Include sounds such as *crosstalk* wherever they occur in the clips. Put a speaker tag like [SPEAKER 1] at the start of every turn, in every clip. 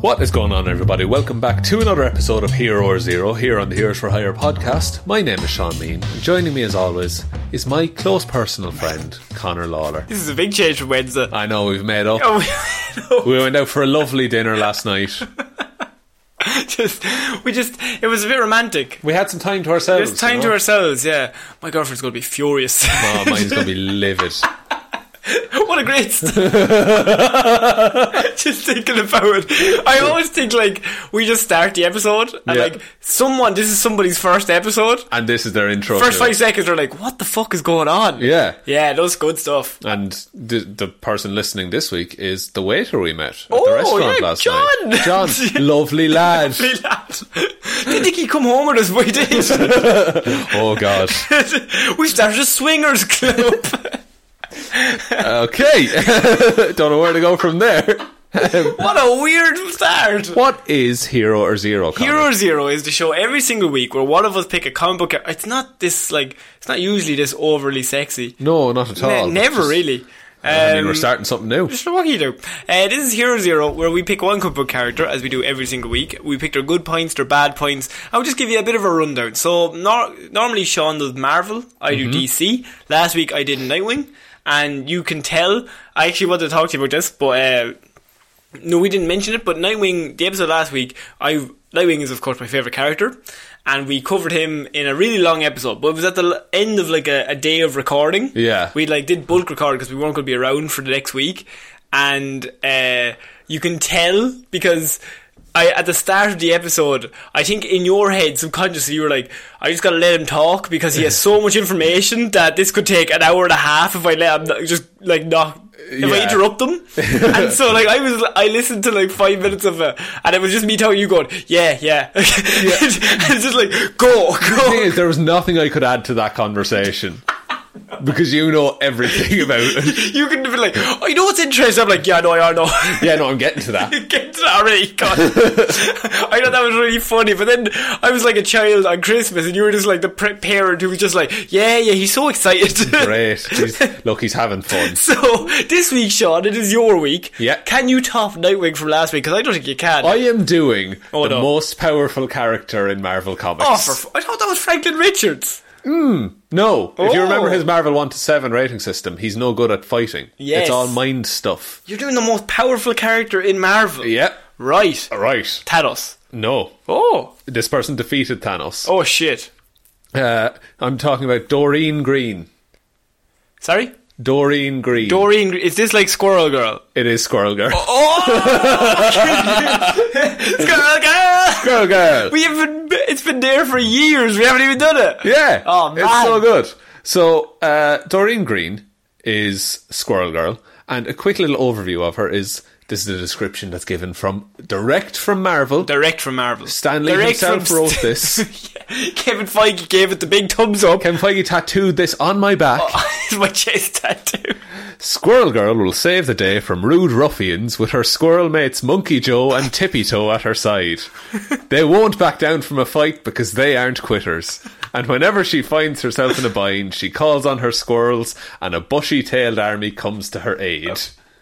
[SPEAKER 1] What is going on, everybody? Welcome back to another episode of Hero or Zero here on the Heroes for Hire podcast. My name is Sean Mean, and joining me as always is my close personal friend, Connor Lawler.
[SPEAKER 2] This is a big change from Wednesday.
[SPEAKER 1] I know we've made up.
[SPEAKER 2] Oh, *laughs* no,
[SPEAKER 1] We went out for a lovely dinner last night.
[SPEAKER 2] just we just it was a bit romantic.
[SPEAKER 1] We had some time to ourselves.
[SPEAKER 2] There's time
[SPEAKER 1] you
[SPEAKER 2] to
[SPEAKER 1] know?
[SPEAKER 2] ourselves. Yeah, my girlfriend's gonna be furious.
[SPEAKER 1] Oh,
[SPEAKER 2] *laughs*
[SPEAKER 1] mine's going to be livid.
[SPEAKER 2] what
[SPEAKER 1] *laughs*
[SPEAKER 2] a great st- *laughs* just thinking about it i always think like we just start the episode and
[SPEAKER 1] Yeah.
[SPEAKER 2] like someone this is somebody's first episode
[SPEAKER 1] And this is their intro.
[SPEAKER 2] first
[SPEAKER 1] to it.
[SPEAKER 2] five seconds they're like what the fuck is going on
[SPEAKER 1] Yeah.
[SPEAKER 2] yeah that's good stuff *laughs*
[SPEAKER 1] And the, the person listening this week is the waiter we met at the
[SPEAKER 2] Oh,
[SPEAKER 1] restaurant
[SPEAKER 2] yeah,
[SPEAKER 1] last
[SPEAKER 2] John.
[SPEAKER 1] night.
[SPEAKER 2] *laughs*
[SPEAKER 1] John, lovely lad.
[SPEAKER 2] Really laugh. did Nicky come home with us? We did.
[SPEAKER 1] Oh God.
[SPEAKER 2] *laughs* we started a swingers club. *laughs*
[SPEAKER 1] Okay, *laughs* don't know where to go from there.
[SPEAKER 2] what a weird start.
[SPEAKER 1] What is Hero or Zero? Connor?
[SPEAKER 2] Hero Zero is the show every single week where one of us pick a comic book. char- It's not this like it's not usually this overly sexy.
[SPEAKER 1] No, not at
[SPEAKER 2] Ne-
[SPEAKER 1] all.
[SPEAKER 2] never
[SPEAKER 1] Just-
[SPEAKER 2] really.
[SPEAKER 1] I mean, we're
[SPEAKER 2] Um,
[SPEAKER 1] starting something
[SPEAKER 2] *laughs*
[SPEAKER 1] new.
[SPEAKER 2] Just what you do. Uh, this is Hero Zero, where we pick one comic book character, as we do every single week. We pick their good points, their bad points. I'll just give you a bit of a rundown. So, nor- normally Sean does Marvel, I
[SPEAKER 1] Mm-hmm.
[SPEAKER 2] do DC. Last week I did Nightwing, and you can tell. I actually wanted to talk to you about this, but uh, no, we didn't mention it, but Nightwing, the episode last week, I Nightwing is of course my favorite character, and we covered him in a really long episode. But it was at the l- end of like a, a day of recording.
[SPEAKER 1] Yeah.
[SPEAKER 2] we like did bulk record because we weren't going to be around for the next week, and uh, you can tell because. I, at the start of the episode, I think in your head, subconsciously, you were like, I just gotta let him talk because he has so much information that this could take an hour and a half if I let him not- just, like, not, if I
[SPEAKER 1] Yeah. *laughs*
[SPEAKER 2] interrupt them. and so like I was I listened to like five minutes of it and it was just me telling you going, Yeah, yeah. *laughs* and just like
[SPEAKER 1] *laughs*
[SPEAKER 2] go,
[SPEAKER 1] The thing
[SPEAKER 2] go
[SPEAKER 1] is, there was nothing I could add to that conversation because you know everything *laughs* about it.
[SPEAKER 2] *laughs* You could be like, Oh you know what's interesting? I'm like, Yeah, no, I know. *laughs*
[SPEAKER 1] Yeah, no, I'm getting to that.
[SPEAKER 2] Get sorry, God. *laughs* I thought that was really funny, but then I was like a child on Christmas, and you were just like the pre- parent who was just like, "Yeah, yeah, he's so excited." *laughs*
[SPEAKER 1] Great. He's, look, he's having fun.
[SPEAKER 2] so this week, Sean, it is your week.
[SPEAKER 1] Yeah.
[SPEAKER 2] Can you top Nightwing from last week? Because I don't think you can.
[SPEAKER 1] I am doing
[SPEAKER 2] Oh,
[SPEAKER 1] the
[SPEAKER 2] no.
[SPEAKER 1] most powerful character in Marvel Comics.
[SPEAKER 2] Oh, for f- I thought that was Franklin Richards.
[SPEAKER 1] no, if you
[SPEAKER 2] Oh.
[SPEAKER 1] remember his Marvel 1 to 7 rating system, he's no good at fighting.
[SPEAKER 2] Yes.
[SPEAKER 1] It's all mind stuff.
[SPEAKER 2] You're doing the most powerful character in Marvel.
[SPEAKER 1] Yep.
[SPEAKER 2] Right.
[SPEAKER 1] Right.
[SPEAKER 2] Thanos.
[SPEAKER 1] No.
[SPEAKER 2] Oh.
[SPEAKER 1] This person defeated Thanos.
[SPEAKER 2] Oh shit.
[SPEAKER 1] Uh, I'm talking about Doreen Green.
[SPEAKER 2] Sorry?
[SPEAKER 1] Doreen Green.
[SPEAKER 2] Doreen, Gre- is this like Squirrel Girl?
[SPEAKER 1] It is Squirrel Girl.
[SPEAKER 2] Oh, Squirrel Girl!
[SPEAKER 1] Squirrel Girl.
[SPEAKER 2] *laughs* We haven't, it's been there for years, we haven't even done it!
[SPEAKER 1] Yeah.
[SPEAKER 2] Oh, man.
[SPEAKER 1] It's so good. So, uh, Doreen Green is Squirrel Girl, and a quick little overview of her is this is the description that's given from direct from Marvel.
[SPEAKER 2] Direct from Marvel.
[SPEAKER 1] Stanley
[SPEAKER 2] Direct
[SPEAKER 1] himself
[SPEAKER 2] from
[SPEAKER 1] wrote
[SPEAKER 2] St- *laughs*
[SPEAKER 1] this.
[SPEAKER 2] Kevin Feige gave it the big thumbs up.
[SPEAKER 1] Ken Feige tattooed this on my back.
[SPEAKER 2] It's my chest tattoo.
[SPEAKER 1] Squirrel Girl will save the day from rude ruffians with her squirrel mates Monkey Joe and Tippy Toe at her
[SPEAKER 2] *laughs*
[SPEAKER 1] side. They won't back down from a fight because they aren't quitters. And whenever she finds herself in a bind, she calls on her squirrels and a bushy tailed army comes to her aid.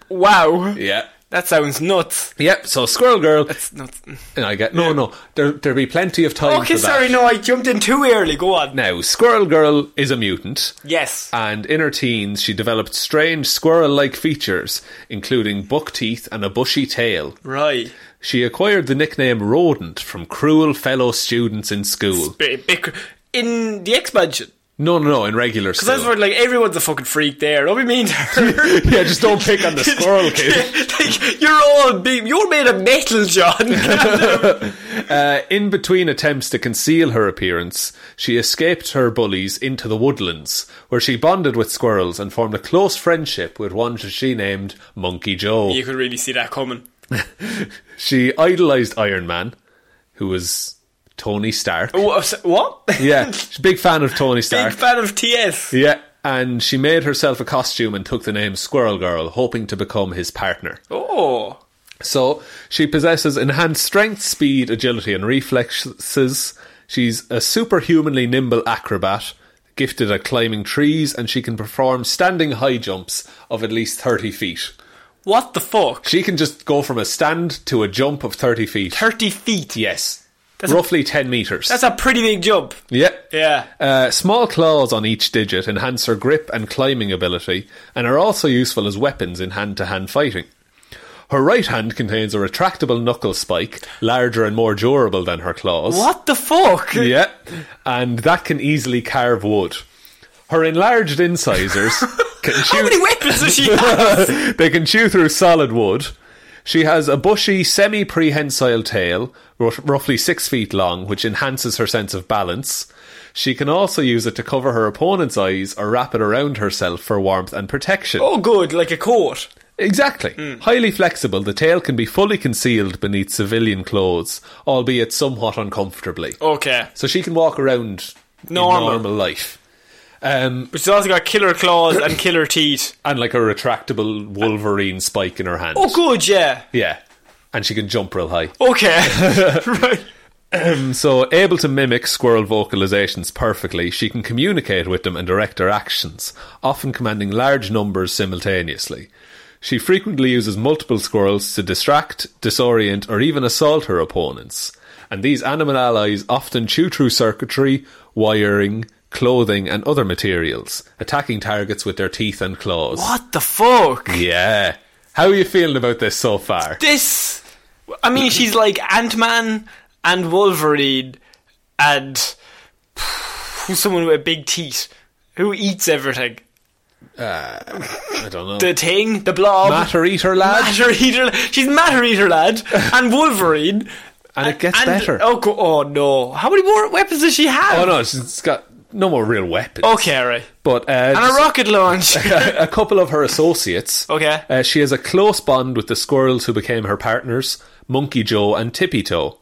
[SPEAKER 2] Wow.
[SPEAKER 1] Yeah.
[SPEAKER 2] That sounds nuts.
[SPEAKER 1] Yep, so Squirrel Girl.
[SPEAKER 2] Nuts.
[SPEAKER 1] And I get, no, no, there, there'll be plenty of time
[SPEAKER 2] Okay,
[SPEAKER 1] for that.
[SPEAKER 2] sorry, no, I jumped in too early. Go on.
[SPEAKER 1] Now, Squirrel Girl is a mutant.
[SPEAKER 2] Yes.
[SPEAKER 1] and in her teens she developed strange squirrel-like features, including buck teeth and a bushy tail.
[SPEAKER 2] Right.
[SPEAKER 1] She acquired the nickname Rodent from cruel fellow students in school.
[SPEAKER 2] Bit- bit cr- In the expansion.
[SPEAKER 1] No, no, no, in regular
[SPEAKER 2] Because that's
[SPEAKER 1] school.
[SPEAKER 2] where, like, everyone's a fucking freak there. Don't be mean *laughs* to her.
[SPEAKER 1] *laughs* yeah, just don't pick
[SPEAKER 2] *laughs*
[SPEAKER 1] on the squirrel kid.
[SPEAKER 2] like, you're all big. You're made of metal, *laughs* John.
[SPEAKER 1] Uh, in between attempts to conceal her appearance, she escaped her bullies into the woodlands, where she bonded with squirrels and formed a close friendship with one she named Monkey Joe.
[SPEAKER 2] you could really see that coming.
[SPEAKER 1] She idolized Iron Man, who was Tony Stark.
[SPEAKER 2] Wha- s- What?
[SPEAKER 1] Yeah, she's a big fan of Tony Stark.
[SPEAKER 2] Big fan of TS.
[SPEAKER 1] yeah, and she made herself a costume and took the name Squirrel Girl, hoping to become his partner.
[SPEAKER 2] Oh.
[SPEAKER 1] So she possesses enhanced strength, speed, agility, and reflexes. She's a superhumanly nimble acrobat, gifted at climbing trees, and she can perform standing high jumps of at least 30 feet.
[SPEAKER 2] What the fuck?
[SPEAKER 1] She can just go from a stand to a jump of 30 feet.
[SPEAKER 2] 30 feet.
[SPEAKER 1] Yes. Roughly 10 metres.
[SPEAKER 2] That's a pretty big jump.
[SPEAKER 1] Yep.
[SPEAKER 2] Yeah.
[SPEAKER 1] Uh, small claws on each digit enhance her grip and climbing ability, and are also useful as weapons in hand to hand fighting. Her right hand contains a retractable knuckle spike, larger and more durable than her claws.
[SPEAKER 2] What the fuck?
[SPEAKER 1] Yeah, and that can easily carve wood. Her enlarged
[SPEAKER 2] *laughs*
[SPEAKER 1] incisors can chew.
[SPEAKER 2] How many weapons does she *laughs* have?
[SPEAKER 1] *laughs* they can chew through solid wood. She has a bushy, semi prehensile tail, r- roughly six feet long, which enhances her sense of balance. She can also use it to cover her opponent's eyes or wrap it around herself for warmth and protection.
[SPEAKER 2] oh, Hmm. good, like a coat.
[SPEAKER 1] Exactly. Highly flexible, the tail can be fully concealed beneath civilian clothes, albeit somewhat uncomfortably.
[SPEAKER 2] Okay.
[SPEAKER 1] So she can walk around
[SPEAKER 2] Oh. Normal.
[SPEAKER 1] in normal life. Um,
[SPEAKER 2] But she's also got killer claws and killer teeth.
[SPEAKER 1] and like a retractable Wolverine spike in her hand.
[SPEAKER 2] Uh. Oh, good, yeah.
[SPEAKER 1] Yeah. And she can jump real high.
[SPEAKER 2] Okay. *laughs* right.
[SPEAKER 1] So, able to mimic squirrel vocalizations perfectly, she can communicate with them and direct her actions, often commanding large numbers simultaneously. She frequently uses multiple squirrels to distract, disorient, or even assault her opponents. And these animal allies often chew through circuitry, wiring, clothing, and other materials, attacking targets with their teeth and claws.
[SPEAKER 2] What the fuck?
[SPEAKER 1] Yeah. How are you feeling about this so far?
[SPEAKER 2] This. I mean, she's like Ant Man and Wolverine and. *sighs* Who's someone with big teeth? Who eats everything?
[SPEAKER 1] I don't know.
[SPEAKER 2] The thing? The blob?
[SPEAKER 1] Matter eater, lad.
[SPEAKER 2] Matter Eater. She's Matter Eater Lad and Wolverine.
[SPEAKER 1] And it gets
[SPEAKER 2] and-
[SPEAKER 1] better.
[SPEAKER 2] Oh, go- oh no. How many more weapons does she have?
[SPEAKER 1] Oh no, it's- it's got no more real weapons.
[SPEAKER 2] Okay, right.
[SPEAKER 1] But uh,
[SPEAKER 2] Oh. And a rocket launch.
[SPEAKER 1] just *laughs* a couple of her associates.
[SPEAKER 2] Okay.
[SPEAKER 1] Uh, she has a close bond with the squirrels who became her partners, Monkey Joe and Tippy Toe.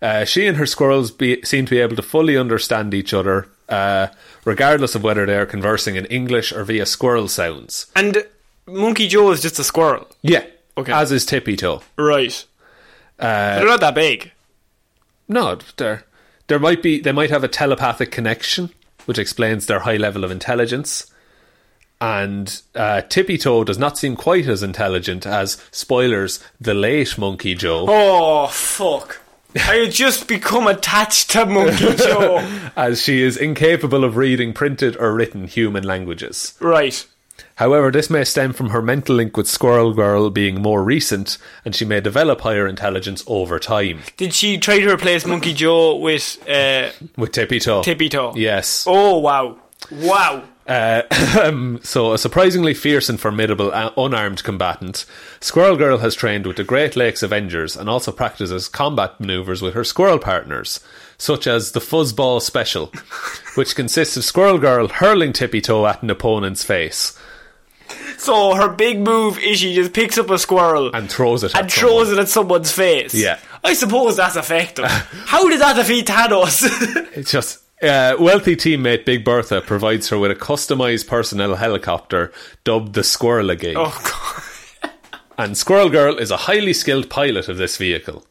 [SPEAKER 1] Uh, she and her squirrels be- seem to be able to fully understand each other, uh, regardless of whether they are conversing in English or via squirrel sounds.
[SPEAKER 2] and Monkey Joe is just a squirrel.
[SPEAKER 1] Yeah.
[SPEAKER 2] Okay.
[SPEAKER 1] As is Tippy Toe.
[SPEAKER 2] Right.
[SPEAKER 1] Uh,
[SPEAKER 2] They're not that big.
[SPEAKER 1] No, there, there might be. They might have a telepathic connection, which explains their high level of intelligence. And uh, Tippy Toe does not seem quite as intelligent as spoilers. The late Monkey Joe,
[SPEAKER 2] Oh, fuck. I had just become attached
[SPEAKER 1] *laughs*
[SPEAKER 2] to Monkey Joe.
[SPEAKER 1] as she is incapable of reading printed or written human languages.
[SPEAKER 2] Right.
[SPEAKER 1] However, this may stem from her mental link with Squirrel Girl being more recent, and she may develop higher intelligence over time.
[SPEAKER 2] Did she try to replace Monkey Joe with uh,
[SPEAKER 1] With Tepito.
[SPEAKER 2] Tippy-toe?
[SPEAKER 1] Yes.
[SPEAKER 2] Oh, wow. Wow.
[SPEAKER 1] So, a surprisingly fierce and formidable uh, unarmed combatant, Squirrel Girl has trained with the Great Lakes Avengers and also practices combat maneuvers with her squirrel partners, such as the Fuzzball
[SPEAKER 2] *laughs*
[SPEAKER 1] Special, which consists of Squirrel Girl hurling tippy toe at an opponent's face
[SPEAKER 2] So her big move is she just picks up a squirrel and,
[SPEAKER 1] and throws it at
[SPEAKER 2] throws
[SPEAKER 1] someone.
[SPEAKER 2] it at someone's face.
[SPEAKER 1] Yeah.
[SPEAKER 2] I suppose
[SPEAKER 1] *laughs*
[SPEAKER 2] that's effective. How did that defeat Thanos? *laughs*
[SPEAKER 1] It's just. Uh, wealthy teammate Big Bertha provides her with a customized personnel helicopter dubbed the Squirreligate.
[SPEAKER 2] oh, God.
[SPEAKER 1] and Squirrel Girl is a highly skilled pilot of this vehicle.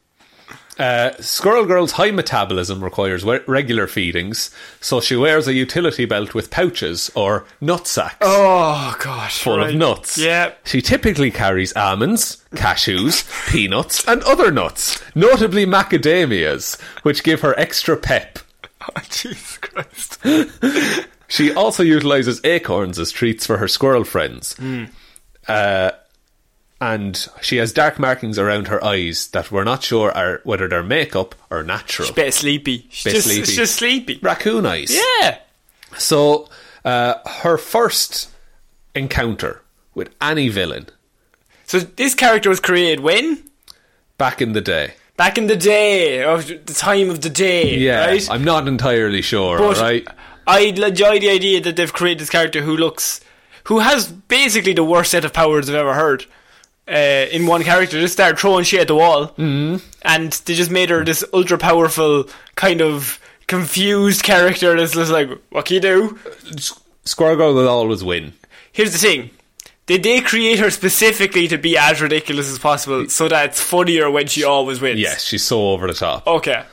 [SPEAKER 1] Uh, Squirrel Girl's high metabolism requires we- regular feedings, so she wears a utility belt with pouches or nut sacks
[SPEAKER 2] Oh, gosh.
[SPEAKER 1] full
[SPEAKER 2] right.
[SPEAKER 1] of nuts.
[SPEAKER 2] Yeah. *laughs*
[SPEAKER 1] She typically carries almonds, cashews, *laughs* peanuts, and other nuts, notably macadamias, which give her extra pep.
[SPEAKER 2] Oh, Jesus Christ.
[SPEAKER 1] She also utilizes acorns as treats for her squirrel friends.
[SPEAKER 2] Hmm.
[SPEAKER 1] Uh, and she has dark markings around her eyes that we're not sure are whether they're makeup or natural.
[SPEAKER 2] Bit of sleepy. She's
[SPEAKER 1] Bit
[SPEAKER 2] just,
[SPEAKER 1] sleepy.
[SPEAKER 2] She's just sleepy.
[SPEAKER 1] Raccoon eyes.
[SPEAKER 2] Yeah.
[SPEAKER 1] So, uh, her first encounter with any villain
[SPEAKER 2] So this character was created when?
[SPEAKER 1] back in the day.
[SPEAKER 2] Back in the day, of the time of the day,
[SPEAKER 1] Yeah,
[SPEAKER 2] right?
[SPEAKER 1] I'm not entirely sure,
[SPEAKER 2] But
[SPEAKER 1] right?
[SPEAKER 2] I enjoy the idea that they've created this character who looks, who has basically the worst set of powers I've ever heard. Uh, in one character, just started throwing shit at the wall, mm
[SPEAKER 1] Mm-hmm.
[SPEAKER 2] and they just made her this ultra powerful kind of confused character that's just like, what can you do?
[SPEAKER 1] Squirrel Girl will always win.
[SPEAKER 2] Here's the thing. Did they create her specifically to be as ridiculous as possible so that it's funnier when she always wins?
[SPEAKER 1] Yes, she's so over the top.
[SPEAKER 2] Okay.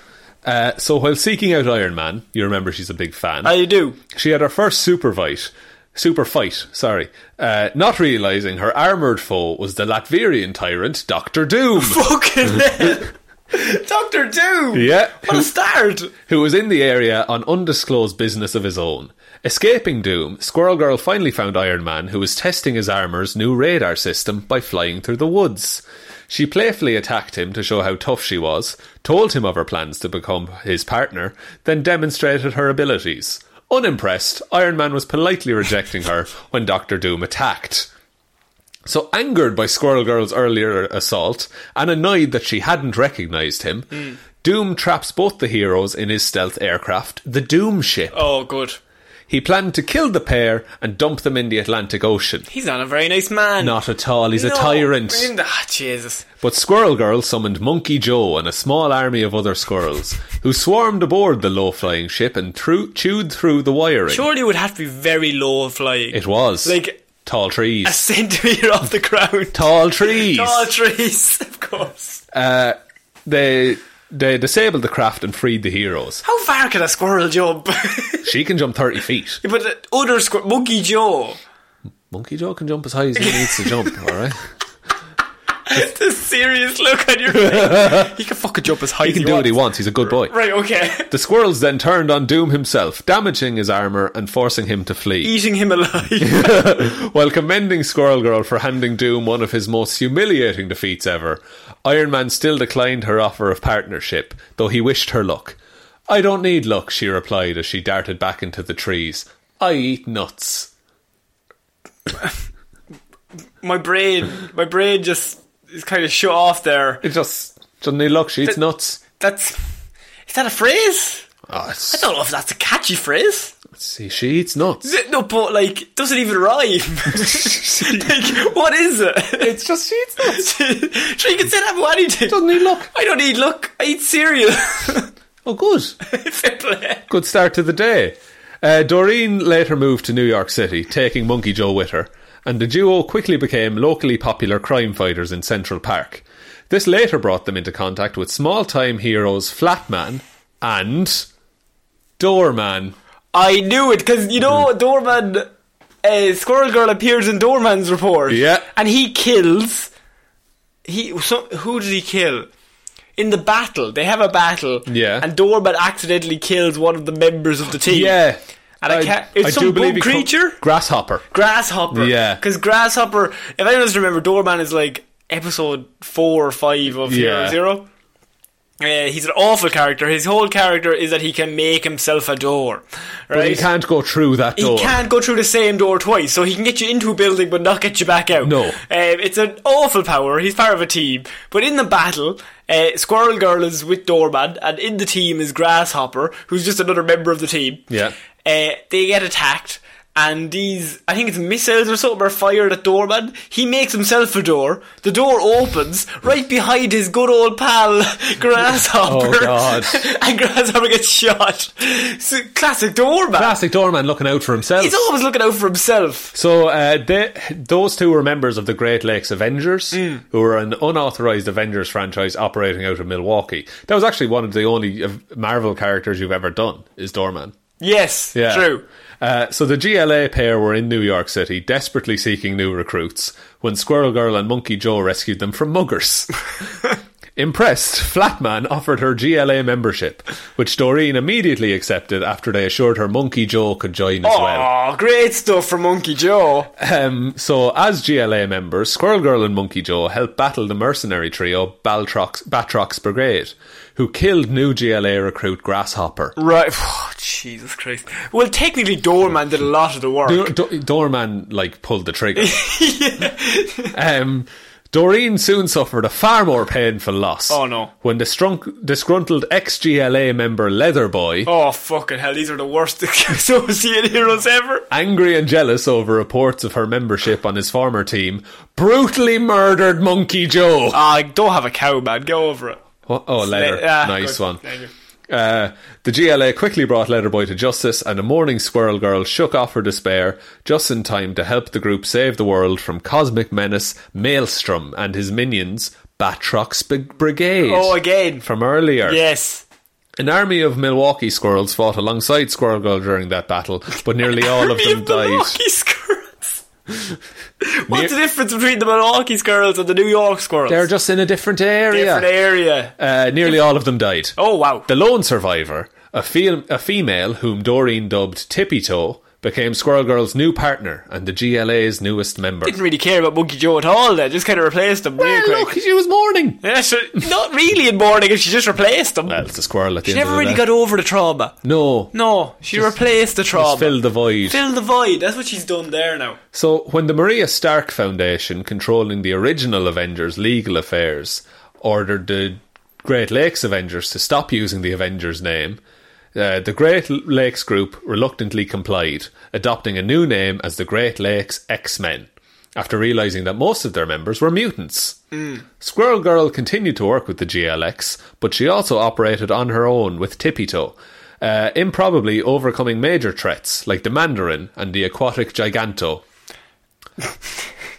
[SPEAKER 1] Uh, so, while seeking out Iron Man, you remember she's a big fan.
[SPEAKER 2] I do.
[SPEAKER 1] She had her first super fight, super fight, sorry, uh, not realizing her armored foe was the Latvian tyrant Doctor Doom, *laughs*
[SPEAKER 2] Fucking hell. Doctor Doom!
[SPEAKER 1] Yeah.
[SPEAKER 2] What a start!
[SPEAKER 1] who was in the area on undisclosed business of his own. Escaping Doom, Squirrel Girl finally found Iron Man, who was testing his armor's new radar system by flying through the woods. She playfully attacked him to show how tough she was, told him of her plans to become his partner, then demonstrated her abilities. Unimpressed, Iron Man was politely rejecting her when Doctor Doom attacked. So, angered by Squirrel Girl's earlier assault and annoyed that she hadn't recognized him, Doom traps both the heroes in his stealth aircraft, the Doom Ship.
[SPEAKER 2] Oh, good.
[SPEAKER 1] He planned to kill the pair and dump them in the Atlantic Ocean.
[SPEAKER 2] He's not a very nice man.
[SPEAKER 1] Not at all, he's a tyrant.
[SPEAKER 2] Ah, Jesus.
[SPEAKER 1] But Squirrel Girl summoned Monkey Joe and a small army of other squirrels, who swarmed aboard the low flying ship and thru- chewed through the wiring.
[SPEAKER 2] Surely it would have to be very low flying.
[SPEAKER 1] It was.
[SPEAKER 2] Like-
[SPEAKER 1] tall trees.
[SPEAKER 2] a centimetre off the
[SPEAKER 1] *laughs*
[SPEAKER 2] ground.
[SPEAKER 1] tall trees!
[SPEAKER 2] Tall trees, *laughs* of course.
[SPEAKER 1] they, they disabled the craft and freed the heroes.
[SPEAKER 2] How far can a squirrel jump? *laughs*
[SPEAKER 1] She can jump 30 feet.
[SPEAKER 2] but the other squir- Monkey Joe.
[SPEAKER 1] *laughs* Monkey Joe can jump as high as he needs to jump, alright?
[SPEAKER 2] *laughs* The serious look on your
[SPEAKER 1] *laughs*
[SPEAKER 2] face. he can fucking jump as
[SPEAKER 1] *laughs*
[SPEAKER 2] high
[SPEAKER 1] He
[SPEAKER 2] as
[SPEAKER 1] can
[SPEAKER 2] he
[SPEAKER 1] do what
[SPEAKER 2] wants.
[SPEAKER 1] he wants, he's a good boy.
[SPEAKER 2] Right, okay. *laughs*
[SPEAKER 1] The squirrels then turned on Doom himself, damaging his armour and forcing him to flee,
[SPEAKER 2] Eating him
[SPEAKER 1] *laughs*
[SPEAKER 2] alive.
[SPEAKER 1] while commending Squirrel Girl for handing Doom one of his most humiliating defeats ever. Iron Man still declined her offer of partnership, though he wished her luck. I don't need luck, she replied as she darted back into the trees. I eat nuts.
[SPEAKER 2] my brain, my brain just is kind of shut off there.
[SPEAKER 1] It just doesn't need luck, she eats
[SPEAKER 2] Th-
[SPEAKER 1] nuts.
[SPEAKER 2] That's is that a phrase?
[SPEAKER 1] Ah, it's-
[SPEAKER 2] I don't know if that's a catchy phrase.
[SPEAKER 1] see, she eats nuts.
[SPEAKER 2] Is it- No, but like, it doesn't even rhyme. *laughs* like, what is it? It's
[SPEAKER 1] just she eats nuts.
[SPEAKER 2] *laughs* so you can say that about anything.
[SPEAKER 1] Doesn't need luck.
[SPEAKER 2] I don't need luck. I eat cereal.
[SPEAKER 1] Oh, good.
[SPEAKER 2] *laughs* Fair play.
[SPEAKER 1] Good start to the day. Uh, Doreen later moved to New York City, taking Monkey Joe with her, and the duo quickly became locally popular crime fighters in Central Park. This later brought them into contact with small time heroes Flatman and Doorman.
[SPEAKER 2] I knew it because you know
[SPEAKER 1] Mm.
[SPEAKER 2] Doorman. Uh, Squirrel Girl appears in Doorman's report.
[SPEAKER 1] Yeah.
[SPEAKER 2] and he kills. He so, who did he kill? In the battle, they have a battle.
[SPEAKER 1] Yeah.
[SPEAKER 2] and Doorman accidentally kills one of the members of the team.
[SPEAKER 1] Yeah.
[SPEAKER 2] And I, can't. It's some big
[SPEAKER 1] he co-
[SPEAKER 2] creature.
[SPEAKER 1] grasshopper.
[SPEAKER 2] Grasshopper.
[SPEAKER 1] Yeah.
[SPEAKER 2] Because Grasshopper, if anyone doesn't remember, Doorman is like episode four or five of
[SPEAKER 1] Yeah.
[SPEAKER 2] Hero Zero. Uh, he's an awful character. His whole character is that he can make himself a door. Right?
[SPEAKER 1] But he can't go through that
[SPEAKER 2] He
[SPEAKER 1] door.
[SPEAKER 2] can't go through the same door twice, so he can get you into a building but not get you back out.
[SPEAKER 1] No.
[SPEAKER 2] Um, it's an awful power. He's part of a team. But in the battle, uh, Squirrel Girl is with Doorman, and in the team is Grasshopper, who's just another member of the team.
[SPEAKER 1] Yeah.
[SPEAKER 2] Uh, they get attacked, and these, I think it's missiles or something, are fired at Doorman. He makes himself a door. The door opens right behind his good old
[SPEAKER 1] *laughs*
[SPEAKER 2] pal, Grasshopper.
[SPEAKER 1] Oh, God.
[SPEAKER 2] *laughs* and Grasshopper gets shot. So, classic Doorman.
[SPEAKER 1] Classic doorman looking out for himself.
[SPEAKER 2] He's always looking out for himself.
[SPEAKER 1] So uh, they, those two were members of the Great Lakes Avengers, who were an unauthorized Avengers franchise operating out of Milwaukee. That was actually one of the only uh, Marvel characters you've ever done is Doorman.
[SPEAKER 2] Yes,
[SPEAKER 1] Yeah.
[SPEAKER 2] true.
[SPEAKER 1] Uh, so the GLA pair were in New York City, desperately seeking new recruits, when Squirrel Girl and Monkey Joe rescued them from muggers. Impressed, Flatman offered her GLA membership, which Doreen immediately accepted after they assured her Monkey Joe could join as well.
[SPEAKER 2] Oh, great stuff from Monkey Joe.
[SPEAKER 1] Um, so, as GLA members, Squirrel Girl and Monkey Joe helped battle the mercenary trio Baltrox, Batrox Brigade, who killed new GLA recruit Grasshopper.
[SPEAKER 2] Right. *sighs* Oh, Jesus Christ. Well, technically, Doorman did a lot of the work.
[SPEAKER 1] Do- Do- Doorman, like, pulled the
[SPEAKER 2] *laughs*
[SPEAKER 1] trigger. um, Doreen soon suffered a far more painful loss.
[SPEAKER 2] Oh, no.
[SPEAKER 1] When the strunk- disgruntled ex GLA member Leatherboy.
[SPEAKER 2] oh, fucking hell. These are the worst *laughs* associate heroes ever.
[SPEAKER 1] Angry and jealous over reports of her membership on his former team, brutally murdered Monkey Joe.
[SPEAKER 2] I don't have a cow, man. Go over it.
[SPEAKER 1] Oh, oh leather.
[SPEAKER 2] Ah,
[SPEAKER 1] nice
[SPEAKER 2] good.
[SPEAKER 1] one.
[SPEAKER 2] Thank you.
[SPEAKER 1] Uh, the GLA quickly brought Letterboy to justice, and the mourning squirrel girl shook off her despair just in time to help the group save the world from cosmic menace Maelstrom and his minions, Batrox Big Brigade.
[SPEAKER 2] Oh, again.
[SPEAKER 1] From earlier.
[SPEAKER 2] Yes.
[SPEAKER 1] An army of Milwaukee squirrels fought alongside Squirrel Girl during that battle, but nearly
[SPEAKER 2] *laughs*
[SPEAKER 1] all of
[SPEAKER 2] Army
[SPEAKER 1] them died.
[SPEAKER 2] Milwaukee squirrels.
[SPEAKER 1] Near-
[SPEAKER 2] What's the difference between the Milwaukee squirrels and the New York squirrels?
[SPEAKER 1] They're just in a different area.
[SPEAKER 2] different area.
[SPEAKER 1] Uh, nearly all of them died.
[SPEAKER 2] Oh, wow.
[SPEAKER 1] The lone survivor, a, fem- a female whom Doreen dubbed Tippy Toe, became Squirrel Girl's new partner and the GLA's newest member.
[SPEAKER 2] didn't really care about Monkey Joe at all. Then just kind of replaced him real
[SPEAKER 1] Well,
[SPEAKER 2] quick.
[SPEAKER 1] look, she was mourning.
[SPEAKER 2] Yeah, so not really in mourning if she just replaced them.
[SPEAKER 1] Well, it's a squirrel at the
[SPEAKER 2] she
[SPEAKER 1] end
[SPEAKER 2] never
[SPEAKER 1] of the
[SPEAKER 2] really
[SPEAKER 1] day.
[SPEAKER 2] got over the trauma.
[SPEAKER 1] No.
[SPEAKER 2] No, she replaced the trauma.
[SPEAKER 1] Just fill the void.
[SPEAKER 2] Fill the void. That's what she's done there now.
[SPEAKER 1] So, when the Maria Stark Foundation, controlling the original Avengers' legal affairs, ordered the Great Lakes Avengers to stop using the Avengers name, uh, the Great L- Lakes group reluctantly complied, adopting a new name as the Great Lakes X Men, after realizing that most of their members were mutants. Squirrel Girl continued to work with the GLX, but she also operated on her own with Tippy Toe, uh, improbably overcoming major threats like the Mandarin and the aquatic Giganto.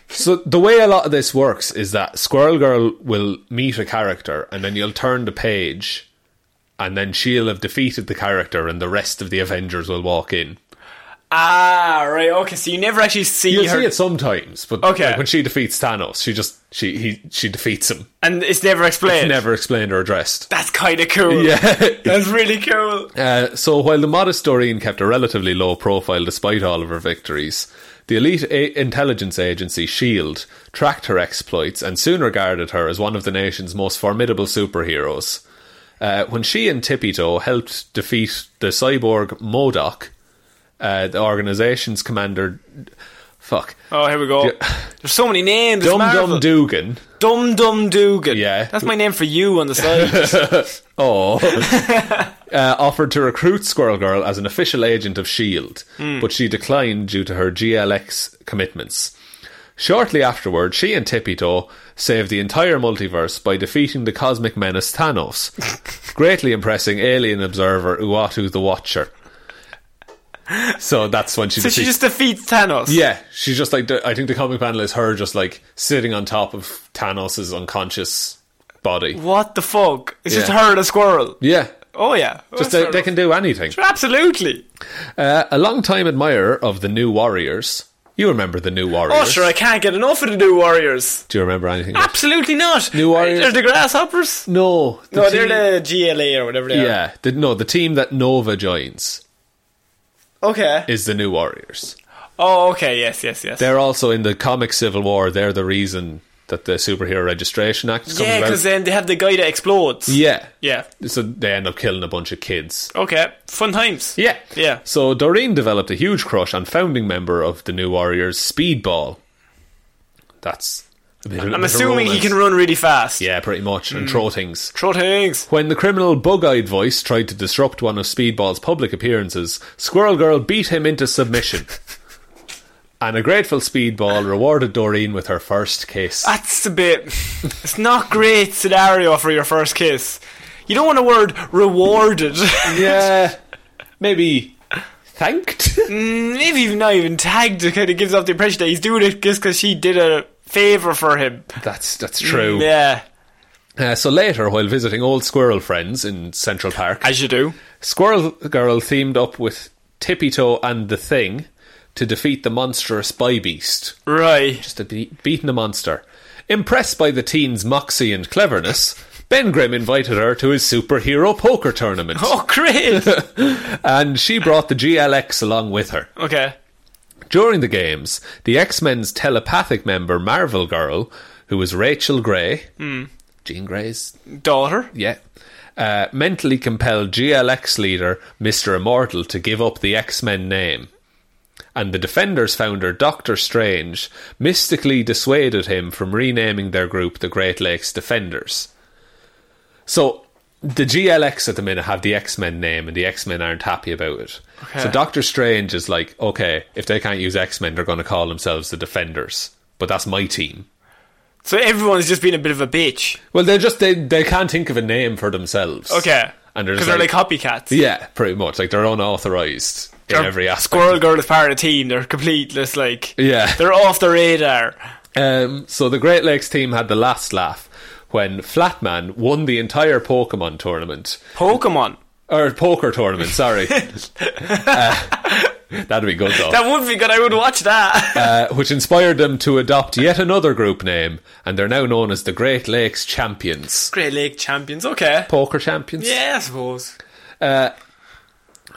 [SPEAKER 1] So the way a lot of this works is that Squirrel Girl will meet a character, and then you'll turn the page, and then she'll have defeated the character, and the rest of the Avengers will walk in.
[SPEAKER 2] Ah, right. Okay, so you never actually see
[SPEAKER 1] You'll
[SPEAKER 2] her,
[SPEAKER 1] see it sometimes, but
[SPEAKER 2] Okay.
[SPEAKER 1] like, when she defeats Thanos, she just she he she defeats him.
[SPEAKER 2] and it's never explained.
[SPEAKER 1] It's never explained or addressed.
[SPEAKER 2] That's kind of cool.
[SPEAKER 1] Yeah.
[SPEAKER 2] *laughs* That's really cool.
[SPEAKER 1] Uh, so while the modest Doreen kept a relatively low profile despite all of her victories, the elite a- intelligence agency SHIELD E tracked her exploits and soon regarded her as one of the nation's most formidable superheroes. Uh, when she and Tippy Toe helped defeat the cyborg Modoc, uh, the organization's commander. Fuck.
[SPEAKER 2] Oh, here we go. There's so many names.
[SPEAKER 1] Dum Dum
[SPEAKER 2] Dum
[SPEAKER 1] Dugan.
[SPEAKER 2] Dum Dum Dugan.
[SPEAKER 1] Yeah.
[SPEAKER 2] That's my name for you
[SPEAKER 1] *laughs*
[SPEAKER 2] on the side. *laughs*
[SPEAKER 1] Oh. uh, offered to recruit Squirrel Girl as an official agent of S.H.I.E.L.D., E
[SPEAKER 2] Hmm.
[SPEAKER 1] but she declined due to her GLX commitments. Shortly afterward, she and Tippy Toe saved the entire multiverse by defeating the cosmic menace
[SPEAKER 2] *laughs*
[SPEAKER 1] Thanos, greatly impressing alien observer Uatu the Watcher. So that's when she
[SPEAKER 2] so
[SPEAKER 1] defeats.
[SPEAKER 2] she just defeats Thanos.
[SPEAKER 1] yeah, she's just like I think the comic panel is her just like sitting on top of Thanos' unconscious body.
[SPEAKER 2] What the fuck? It's just
[SPEAKER 1] Yeah.
[SPEAKER 2] her and a squirrel.
[SPEAKER 1] Yeah,
[SPEAKER 2] Oh yeah.
[SPEAKER 1] just
[SPEAKER 2] That's fair
[SPEAKER 1] they, they
[SPEAKER 2] enough.
[SPEAKER 1] can do anything.
[SPEAKER 2] Absolutely.
[SPEAKER 1] Uh, a long-time admirer of the New Warriors. You remember the New Warriors?
[SPEAKER 2] Oh, sure, I Ah. can't get enough of the new Warriors.
[SPEAKER 1] Do you remember anything? else?
[SPEAKER 2] Absolutely not.
[SPEAKER 1] New Warriors-
[SPEAKER 2] They're the Grasshoppers?
[SPEAKER 1] No. the
[SPEAKER 2] No,
[SPEAKER 1] team-
[SPEAKER 2] they're the GLA or whatever they are.
[SPEAKER 1] yeah. The, no, the team that Nova joins.
[SPEAKER 2] Okay.
[SPEAKER 1] is the New Warriors.
[SPEAKER 2] Oh, okay. Yes, yes, yes.
[SPEAKER 1] They're also in the comic Civil War. They're the reason that the Superhero Registration Act comes
[SPEAKER 2] yeah,
[SPEAKER 1] about.
[SPEAKER 2] because then they have the guy that explodes.
[SPEAKER 1] yeah,
[SPEAKER 2] Yeah.
[SPEAKER 1] So they end up killing a bunch of kids.
[SPEAKER 2] Okay. Fun times.
[SPEAKER 1] Yeah,
[SPEAKER 2] Yeah.
[SPEAKER 1] So Doreen developed a huge crush on founding member of the New Warriors, Speedball. That's. A bit of- bit
[SPEAKER 2] I'm
[SPEAKER 1] of
[SPEAKER 2] assuming he
[SPEAKER 1] romance.
[SPEAKER 2] can run really fast.
[SPEAKER 1] Yeah, pretty much, and throw things.
[SPEAKER 2] Throw things.
[SPEAKER 1] When the criminal bug-eyed voice tried to disrupt one of Speedball's public appearances, Squirrel Girl beat him into submission. and a grateful Speedball rewarded Doreen with her first kiss.
[SPEAKER 2] That's a bit. It's not great scenario for your first kiss. You don't want a word rewarded.
[SPEAKER 1] *laughs* *laughs* yeah, maybe thanked.
[SPEAKER 2] Maybe even not even tagged. It kind of gives off the impression that he's doing it just because she did a favor for him.
[SPEAKER 1] that's that's true.
[SPEAKER 2] Mm, Yeah,
[SPEAKER 1] Uh, so later, while visiting old squirrel friends in Central Park,
[SPEAKER 2] as you do.
[SPEAKER 1] Squirrel Girl themed up with Tippy Toe and the Thing to defeat the monstrous By Beast.
[SPEAKER 2] Right.
[SPEAKER 1] just a be- beaten a monster. Impressed by the teen's moxie and cleverness, Ben Grimm invited her to his superhero poker tournament,
[SPEAKER 2] *laughs* Oh, great.
[SPEAKER 1] *laughs* and she brought the GLX along with her.
[SPEAKER 2] *laughs* okay.
[SPEAKER 1] During the games, the X Men's telepathic member Marvel Girl, who was Rachel Grey, Jean Grey's,
[SPEAKER 2] Daughter.
[SPEAKER 1] yeah, uh, mentally compelled GLX leader Mister Immortal to give up the X Men name. and the Defenders founder Doctor Strange mystically dissuaded him from renaming their group the Great Lakes Defenders. So the GLX at the minute have the X Men name, and the X Men aren't happy about it. So Doctor Strange is like, okay, if they can't use X Men, they're going to call themselves the Defenders. But that's my team.
[SPEAKER 2] So everyone's just been a bit of a bitch.
[SPEAKER 1] Well, they just they they can't think of a name for themselves.
[SPEAKER 2] Okay.
[SPEAKER 1] and they're
[SPEAKER 2] Because
[SPEAKER 1] just
[SPEAKER 2] they're like
[SPEAKER 1] like,
[SPEAKER 2] copycats.
[SPEAKER 1] yeah, pretty much like they're unauthorized in
[SPEAKER 2] They're-
[SPEAKER 1] every aspect.
[SPEAKER 2] Squirrel Girl is part of the team. They're complete. Just like
[SPEAKER 1] Yeah.
[SPEAKER 2] they're off the radar.
[SPEAKER 1] Um, so the Great Lakes team had the last laugh when Flatman won the entire Pokemon tournament
[SPEAKER 2] Pokemon.
[SPEAKER 1] or poker tournament.
[SPEAKER 2] *laughs*
[SPEAKER 1] Sorry, Uh, that'd be good though.
[SPEAKER 2] That would be good. I would watch that.
[SPEAKER 1] *laughs*
[SPEAKER 2] *laughs*
[SPEAKER 1] Uh, which inspired them to adopt yet another group name, and they're now known as the Great Lakes Champions.
[SPEAKER 2] Great Lake Champions. Okay.
[SPEAKER 1] Poker champions.
[SPEAKER 2] Yeah, I suppose. *laughs*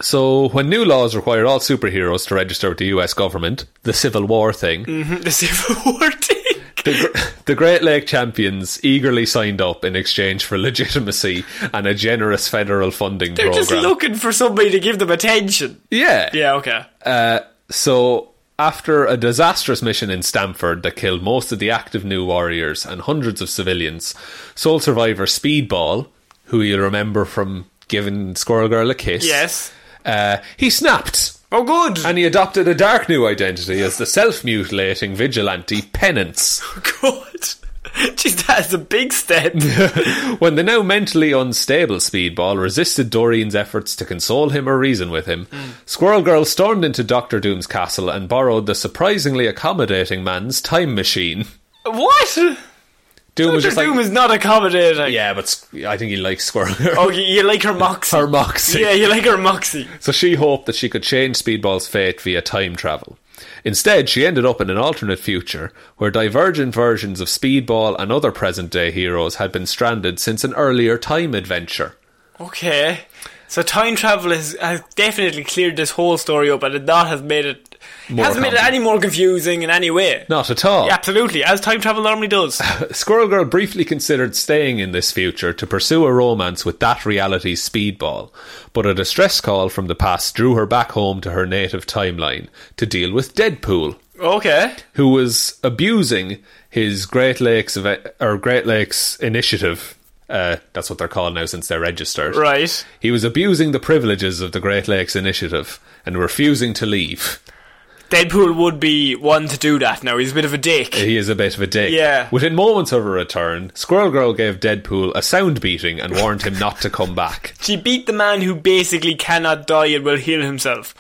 [SPEAKER 1] So when new laws require all superheroes to register with the U.S. government, the Civil War thing,
[SPEAKER 2] The Civil *laughs* War team.
[SPEAKER 1] the, gr- *laughs* the Great Lake Champions eagerly signed up in exchange for *laughs* legitimacy and a generous federal funding
[SPEAKER 2] They're
[SPEAKER 1] program.
[SPEAKER 2] just looking for somebody to give them attention.
[SPEAKER 1] Yeah.
[SPEAKER 2] Yeah, okay.
[SPEAKER 1] So after a disastrous mission in Stamford that killed most of the active new warriors and hundreds of civilians, sole survivor Speedball, who you'll remember from giving Squirrel Girl a kiss,
[SPEAKER 2] yes.
[SPEAKER 1] uh, he snapped
[SPEAKER 2] Oh, good.
[SPEAKER 1] and he adopted a dark new identity as the self-mutilating vigilante Penance.
[SPEAKER 2] *laughs* good. Jeez, that is a
[SPEAKER 1] *laughs*
[SPEAKER 2] big step.
[SPEAKER 1] When the now mentally unstable Speedball resisted Doreen's efforts to console him or reason with him,
[SPEAKER 2] Hmm.
[SPEAKER 1] Squirrel Girl stormed into Doctor Doom's castle and borrowed the surprisingly accommodating man's time machine.
[SPEAKER 2] what?
[SPEAKER 1] Doom was
[SPEAKER 2] Doctor
[SPEAKER 1] just like,
[SPEAKER 2] Doom is not accommodating.
[SPEAKER 1] yeah, but Squ- I think he likes Squirrel Girl. *laughs*
[SPEAKER 2] Oh, you, you like her moxie.
[SPEAKER 1] Her moxie.
[SPEAKER 2] Yeah, you like her moxie.
[SPEAKER 1] So she hoped that she could change Speedball's fate via time travel. Instead, she ended up in an alternate future where divergent versions of Speedball and other present day heroes had been stranded since an earlier time adventure.
[SPEAKER 2] Okay. So time travel has, has definitely cleared this whole story up, and it not has made it
[SPEAKER 1] More
[SPEAKER 2] hasn't made it
[SPEAKER 1] complex.
[SPEAKER 2] any more confusing in any way.
[SPEAKER 1] Not at all.
[SPEAKER 2] Absolutely, as time travel
[SPEAKER 1] *laughs*
[SPEAKER 2] normally does.
[SPEAKER 1] Squirrel Girl briefly considered staying in this future to pursue a romance with that reality's Speedball, but a distress call from the past drew her back home to her native timeline to deal with Deadpool,
[SPEAKER 2] okay.
[SPEAKER 1] who was abusing his Great Lakes eve- or Great Lakes initiative. Uh, that's what they're called now since they're registered.
[SPEAKER 2] Right.
[SPEAKER 1] He was abusing the privileges of the Great Lakes initiative and refusing to leave.
[SPEAKER 2] Deadpool would be one to do that now. He's a bit of a dick.
[SPEAKER 1] He is a bit of a dick.
[SPEAKER 2] Yeah.
[SPEAKER 1] Within moments of her return, Squirrel Girl gave Deadpool a sound beating and warned him not to come
[SPEAKER 2] *laughs*
[SPEAKER 1] back.
[SPEAKER 2] She beat the man who basically cannot die and will heal himself.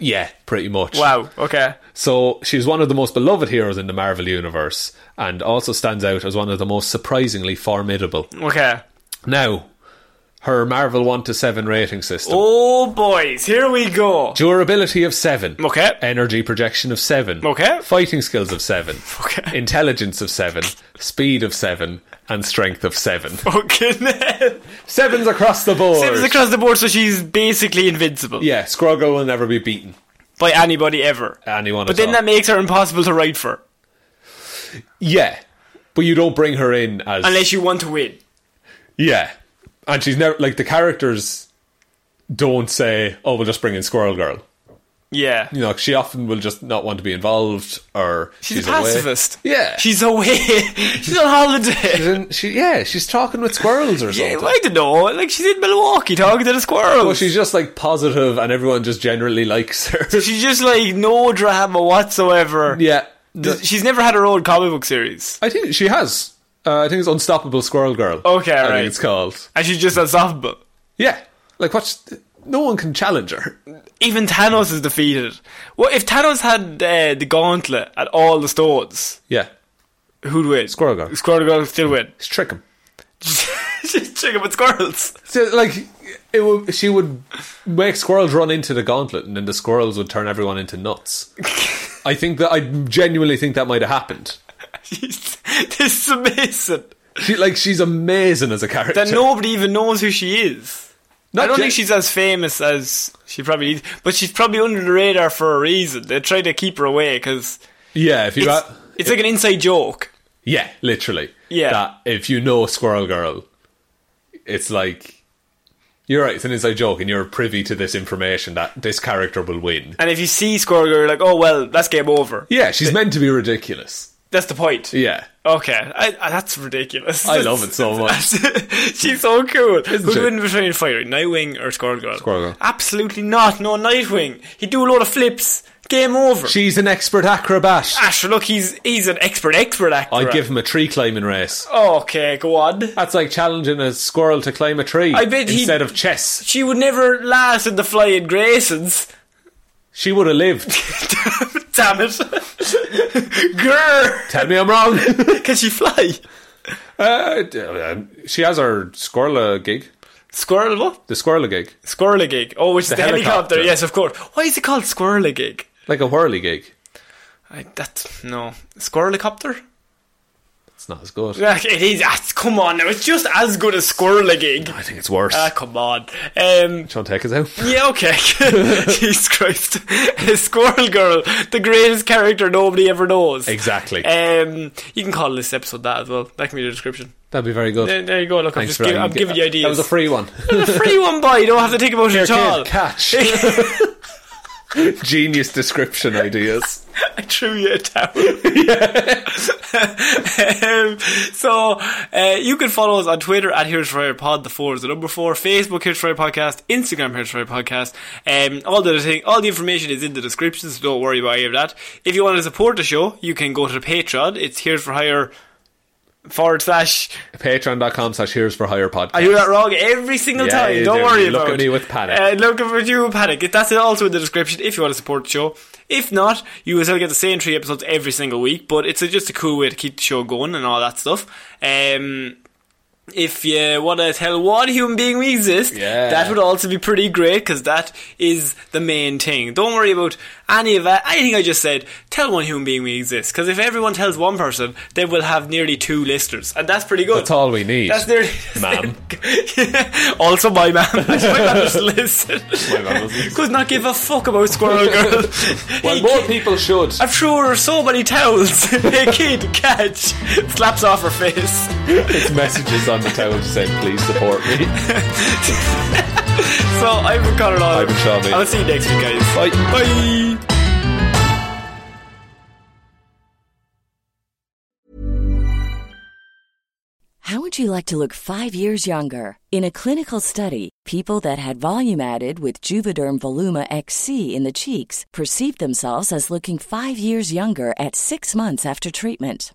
[SPEAKER 1] Yeah, pretty much.
[SPEAKER 2] Wow, okay.
[SPEAKER 1] So she's one of the most beloved heroes in the Marvel Universe and also stands out as one of the most surprisingly formidable.
[SPEAKER 2] Okay.
[SPEAKER 1] Now, her Marvel 1 to 7 rating system.
[SPEAKER 2] Oh, boys, here we go. *laughs*
[SPEAKER 1] Durability of 7.
[SPEAKER 2] Okay.
[SPEAKER 1] Energy projection of 7.
[SPEAKER 2] Okay.
[SPEAKER 1] Fighting skills of 7.
[SPEAKER 2] Okay. *laughs*
[SPEAKER 1] Intelligence of 7. Speed of 7. And strength of 7.
[SPEAKER 2] Fucking hell.
[SPEAKER 1] Sevens across the board.
[SPEAKER 2] Sims across the board, so she's basically invincible
[SPEAKER 1] Yeah, Scroggle will never be beaten.
[SPEAKER 2] by anybody ever.
[SPEAKER 1] Anyone
[SPEAKER 2] but
[SPEAKER 1] at
[SPEAKER 2] then
[SPEAKER 1] all.
[SPEAKER 2] that makes her impossible to write for,
[SPEAKER 1] Yeah. But you don't bring her in as.
[SPEAKER 2] unless you want to win.
[SPEAKER 1] Yeah. And she's never. Like, the characters don't say, oh, we'll just bring in Squirrel Girl.
[SPEAKER 2] Yeah.
[SPEAKER 1] You know, she often will just not want to be involved or.
[SPEAKER 2] She's, a
[SPEAKER 1] away.
[SPEAKER 2] pacifist.
[SPEAKER 1] Yeah.
[SPEAKER 2] She's away. *laughs* she's on holiday.
[SPEAKER 1] Then she, yeah, she's talking with squirrels or something.
[SPEAKER 2] *laughs* Yeah, I don't know. Like, she's in Milwaukee talking to the squirrels.
[SPEAKER 1] Well, she's just like positive, and everyone just generally likes her. *laughs*
[SPEAKER 2] She's just like no drama whatsoever.
[SPEAKER 1] yeah,
[SPEAKER 2] Does- She's never had her own comic book series.
[SPEAKER 1] I think she has. Uh, I think it's Unstoppable Squirrel Girl.
[SPEAKER 2] Okay,
[SPEAKER 1] I
[SPEAKER 2] right.
[SPEAKER 1] think it's called.
[SPEAKER 2] And she's just unstoppable.
[SPEAKER 1] Yeah, like what's no one can challenge her.
[SPEAKER 2] Even Thanos is defeated. Well, if Thanos had uh, the gauntlet and all the stones,
[SPEAKER 1] Yeah,
[SPEAKER 2] who'd win?
[SPEAKER 1] Squirrel Girl.
[SPEAKER 2] Squirrel Girl still win.
[SPEAKER 1] just trick him.
[SPEAKER 2] *laughs* She's chicken with squirrels.
[SPEAKER 1] So, like it would, she would make squirrels run into the gauntlet, and then the squirrels would turn everyone into *laughs* nuts. I think that I genuinely think that might have happened.
[SPEAKER 2] She's, this is amazing.
[SPEAKER 1] She like she's amazing as a character.
[SPEAKER 2] That nobody even knows who she is.
[SPEAKER 1] Not
[SPEAKER 2] I don't
[SPEAKER 1] gen-
[SPEAKER 2] think she's as famous as she probably is, but she's probably under the radar for a reason. They try to keep her away because
[SPEAKER 1] Yeah, if you
[SPEAKER 2] it's,
[SPEAKER 1] got
[SPEAKER 2] it's like an inside joke.
[SPEAKER 1] Yeah, literally.
[SPEAKER 2] Yeah.
[SPEAKER 1] That if you know Squirrel Girl, it's like you're right. It's an inside joke, and you're privy to this information that this character will win.
[SPEAKER 2] And if you see Squirrel Girl, you're like, oh well, that's game over.
[SPEAKER 1] Yeah, she's meant to be ridiculous.
[SPEAKER 2] That's the point.
[SPEAKER 1] Yeah,
[SPEAKER 2] Okay, I, I- that's ridiculous.
[SPEAKER 1] I love it so much.
[SPEAKER 2] *laughs* She's so cool. Who'd
[SPEAKER 1] she?
[SPEAKER 2] win between a fighter, Nightwing or Squirrel Girl?
[SPEAKER 1] Squirrel Girl.
[SPEAKER 2] Absolutely not. No, Nightwing. He'd do a lot of flips. Game over.
[SPEAKER 1] She's an expert *laughs* acrobat.
[SPEAKER 2] Asher, look, he's he's an expert expert actor.
[SPEAKER 1] I'd give him a tree climbing race.
[SPEAKER 2] Okay, go on.
[SPEAKER 1] That's like challenging a squirrel to climb a tree
[SPEAKER 2] I bet he-
[SPEAKER 1] instead of chess.
[SPEAKER 2] She would never last in the flying Graysons. *laughs*
[SPEAKER 1] She would have lived.
[SPEAKER 2] Damn it. Grr!
[SPEAKER 1] Tell me I'm wrong. *laughs*
[SPEAKER 2] Can she fly?
[SPEAKER 1] uh, d- uh, she has her squirrel uh, gig.
[SPEAKER 2] Squirrel what?
[SPEAKER 1] The squirrel gig,
[SPEAKER 2] Squirrel gig. Oh, it's the, helicopter.
[SPEAKER 1] helicopter.
[SPEAKER 2] Yes, of course. Why is it called squirrel gig?
[SPEAKER 1] like a whirly gig.
[SPEAKER 2] I, that no squirrelicopter.
[SPEAKER 1] It's not as good.
[SPEAKER 2] Like, It is. ah, come on now. It's just as good as squirrel gig.
[SPEAKER 1] I think it's worse.
[SPEAKER 2] Ah, come on. Um,
[SPEAKER 1] Sean Tech is out. *laughs*
[SPEAKER 2] Yeah, okay. *laughs* Jesus Christ. Squirrel Girl, the greatest character nobody ever knows.
[SPEAKER 1] Exactly.
[SPEAKER 2] Um, you can call this episode that as well. That can be the description.
[SPEAKER 1] That'd be very good.
[SPEAKER 2] There, there you go. Look, I'm just giving, I'm giving you ideas.
[SPEAKER 1] That was a free one.
[SPEAKER 2] *laughs* free one by. You don't have to think about it at all. *laughs*
[SPEAKER 1] catch. Genius description ideas.
[SPEAKER 2] *laughs* I threw you a towel. *laughs* um, so uh, you can follow us on Twitter at Here's Fire Pod. The four is the number four. Facebook Here's Fire Podcast. Instagram Here's Fire Podcast. Um, all the thing, all the information is in the description, so don't worry about any of that. If you want to support the show, you can go to the Patreon. It's Here's for Hire forward slash.
[SPEAKER 1] Patreon.com slash here's for higher podcast.
[SPEAKER 2] I hear that wrong every single
[SPEAKER 1] Yeah,
[SPEAKER 2] time.
[SPEAKER 1] you
[SPEAKER 2] Don't
[SPEAKER 1] do.
[SPEAKER 2] worry
[SPEAKER 1] You look
[SPEAKER 2] about it.
[SPEAKER 1] at me with panic.
[SPEAKER 2] Uh, look at you with panic. That's also in the description if you want to support the show. If not, you will still get the same three episodes every single week, but it's a, just a cool way to keep the show going and all that stuff. Um, if you want to tell one human being we exist,
[SPEAKER 1] Yeah.
[SPEAKER 2] that would also be pretty great because that is the main thing. Don't worry about any of that. Anything I just said, tell one human being we exist because if everyone tells one person, then we'll have nearly two listeners, and that's pretty good.
[SPEAKER 1] That's all we need.
[SPEAKER 2] That's their *laughs*
[SPEAKER 1] Ma'am.
[SPEAKER 2] also my
[SPEAKER 1] *laughs*
[SPEAKER 2] ma'am. my ma'am just listen.
[SPEAKER 1] My mum doesn't.
[SPEAKER 2] Could not give a fuck about
[SPEAKER 1] *laughs*
[SPEAKER 2] Squirrel Girl.
[SPEAKER 1] well,
[SPEAKER 2] Hey,
[SPEAKER 1] more
[SPEAKER 2] kid,
[SPEAKER 1] people should.
[SPEAKER 2] I've thrown her so many towels. *laughs* hey kid, catch. Slaps off her face.
[SPEAKER 1] It's messages on the towel saying, please support me.
[SPEAKER 2] So I've been Conor Lawler.
[SPEAKER 1] I've been Sean Bean.
[SPEAKER 2] I'll see you next week, guys.
[SPEAKER 1] Bye.
[SPEAKER 2] Bye.
[SPEAKER 3] How would you like to look five years younger? In a clinical study, people that had volume added with Juvederm Voluma XC in the cheeks perceived themselves as looking five years younger at six months after treatment.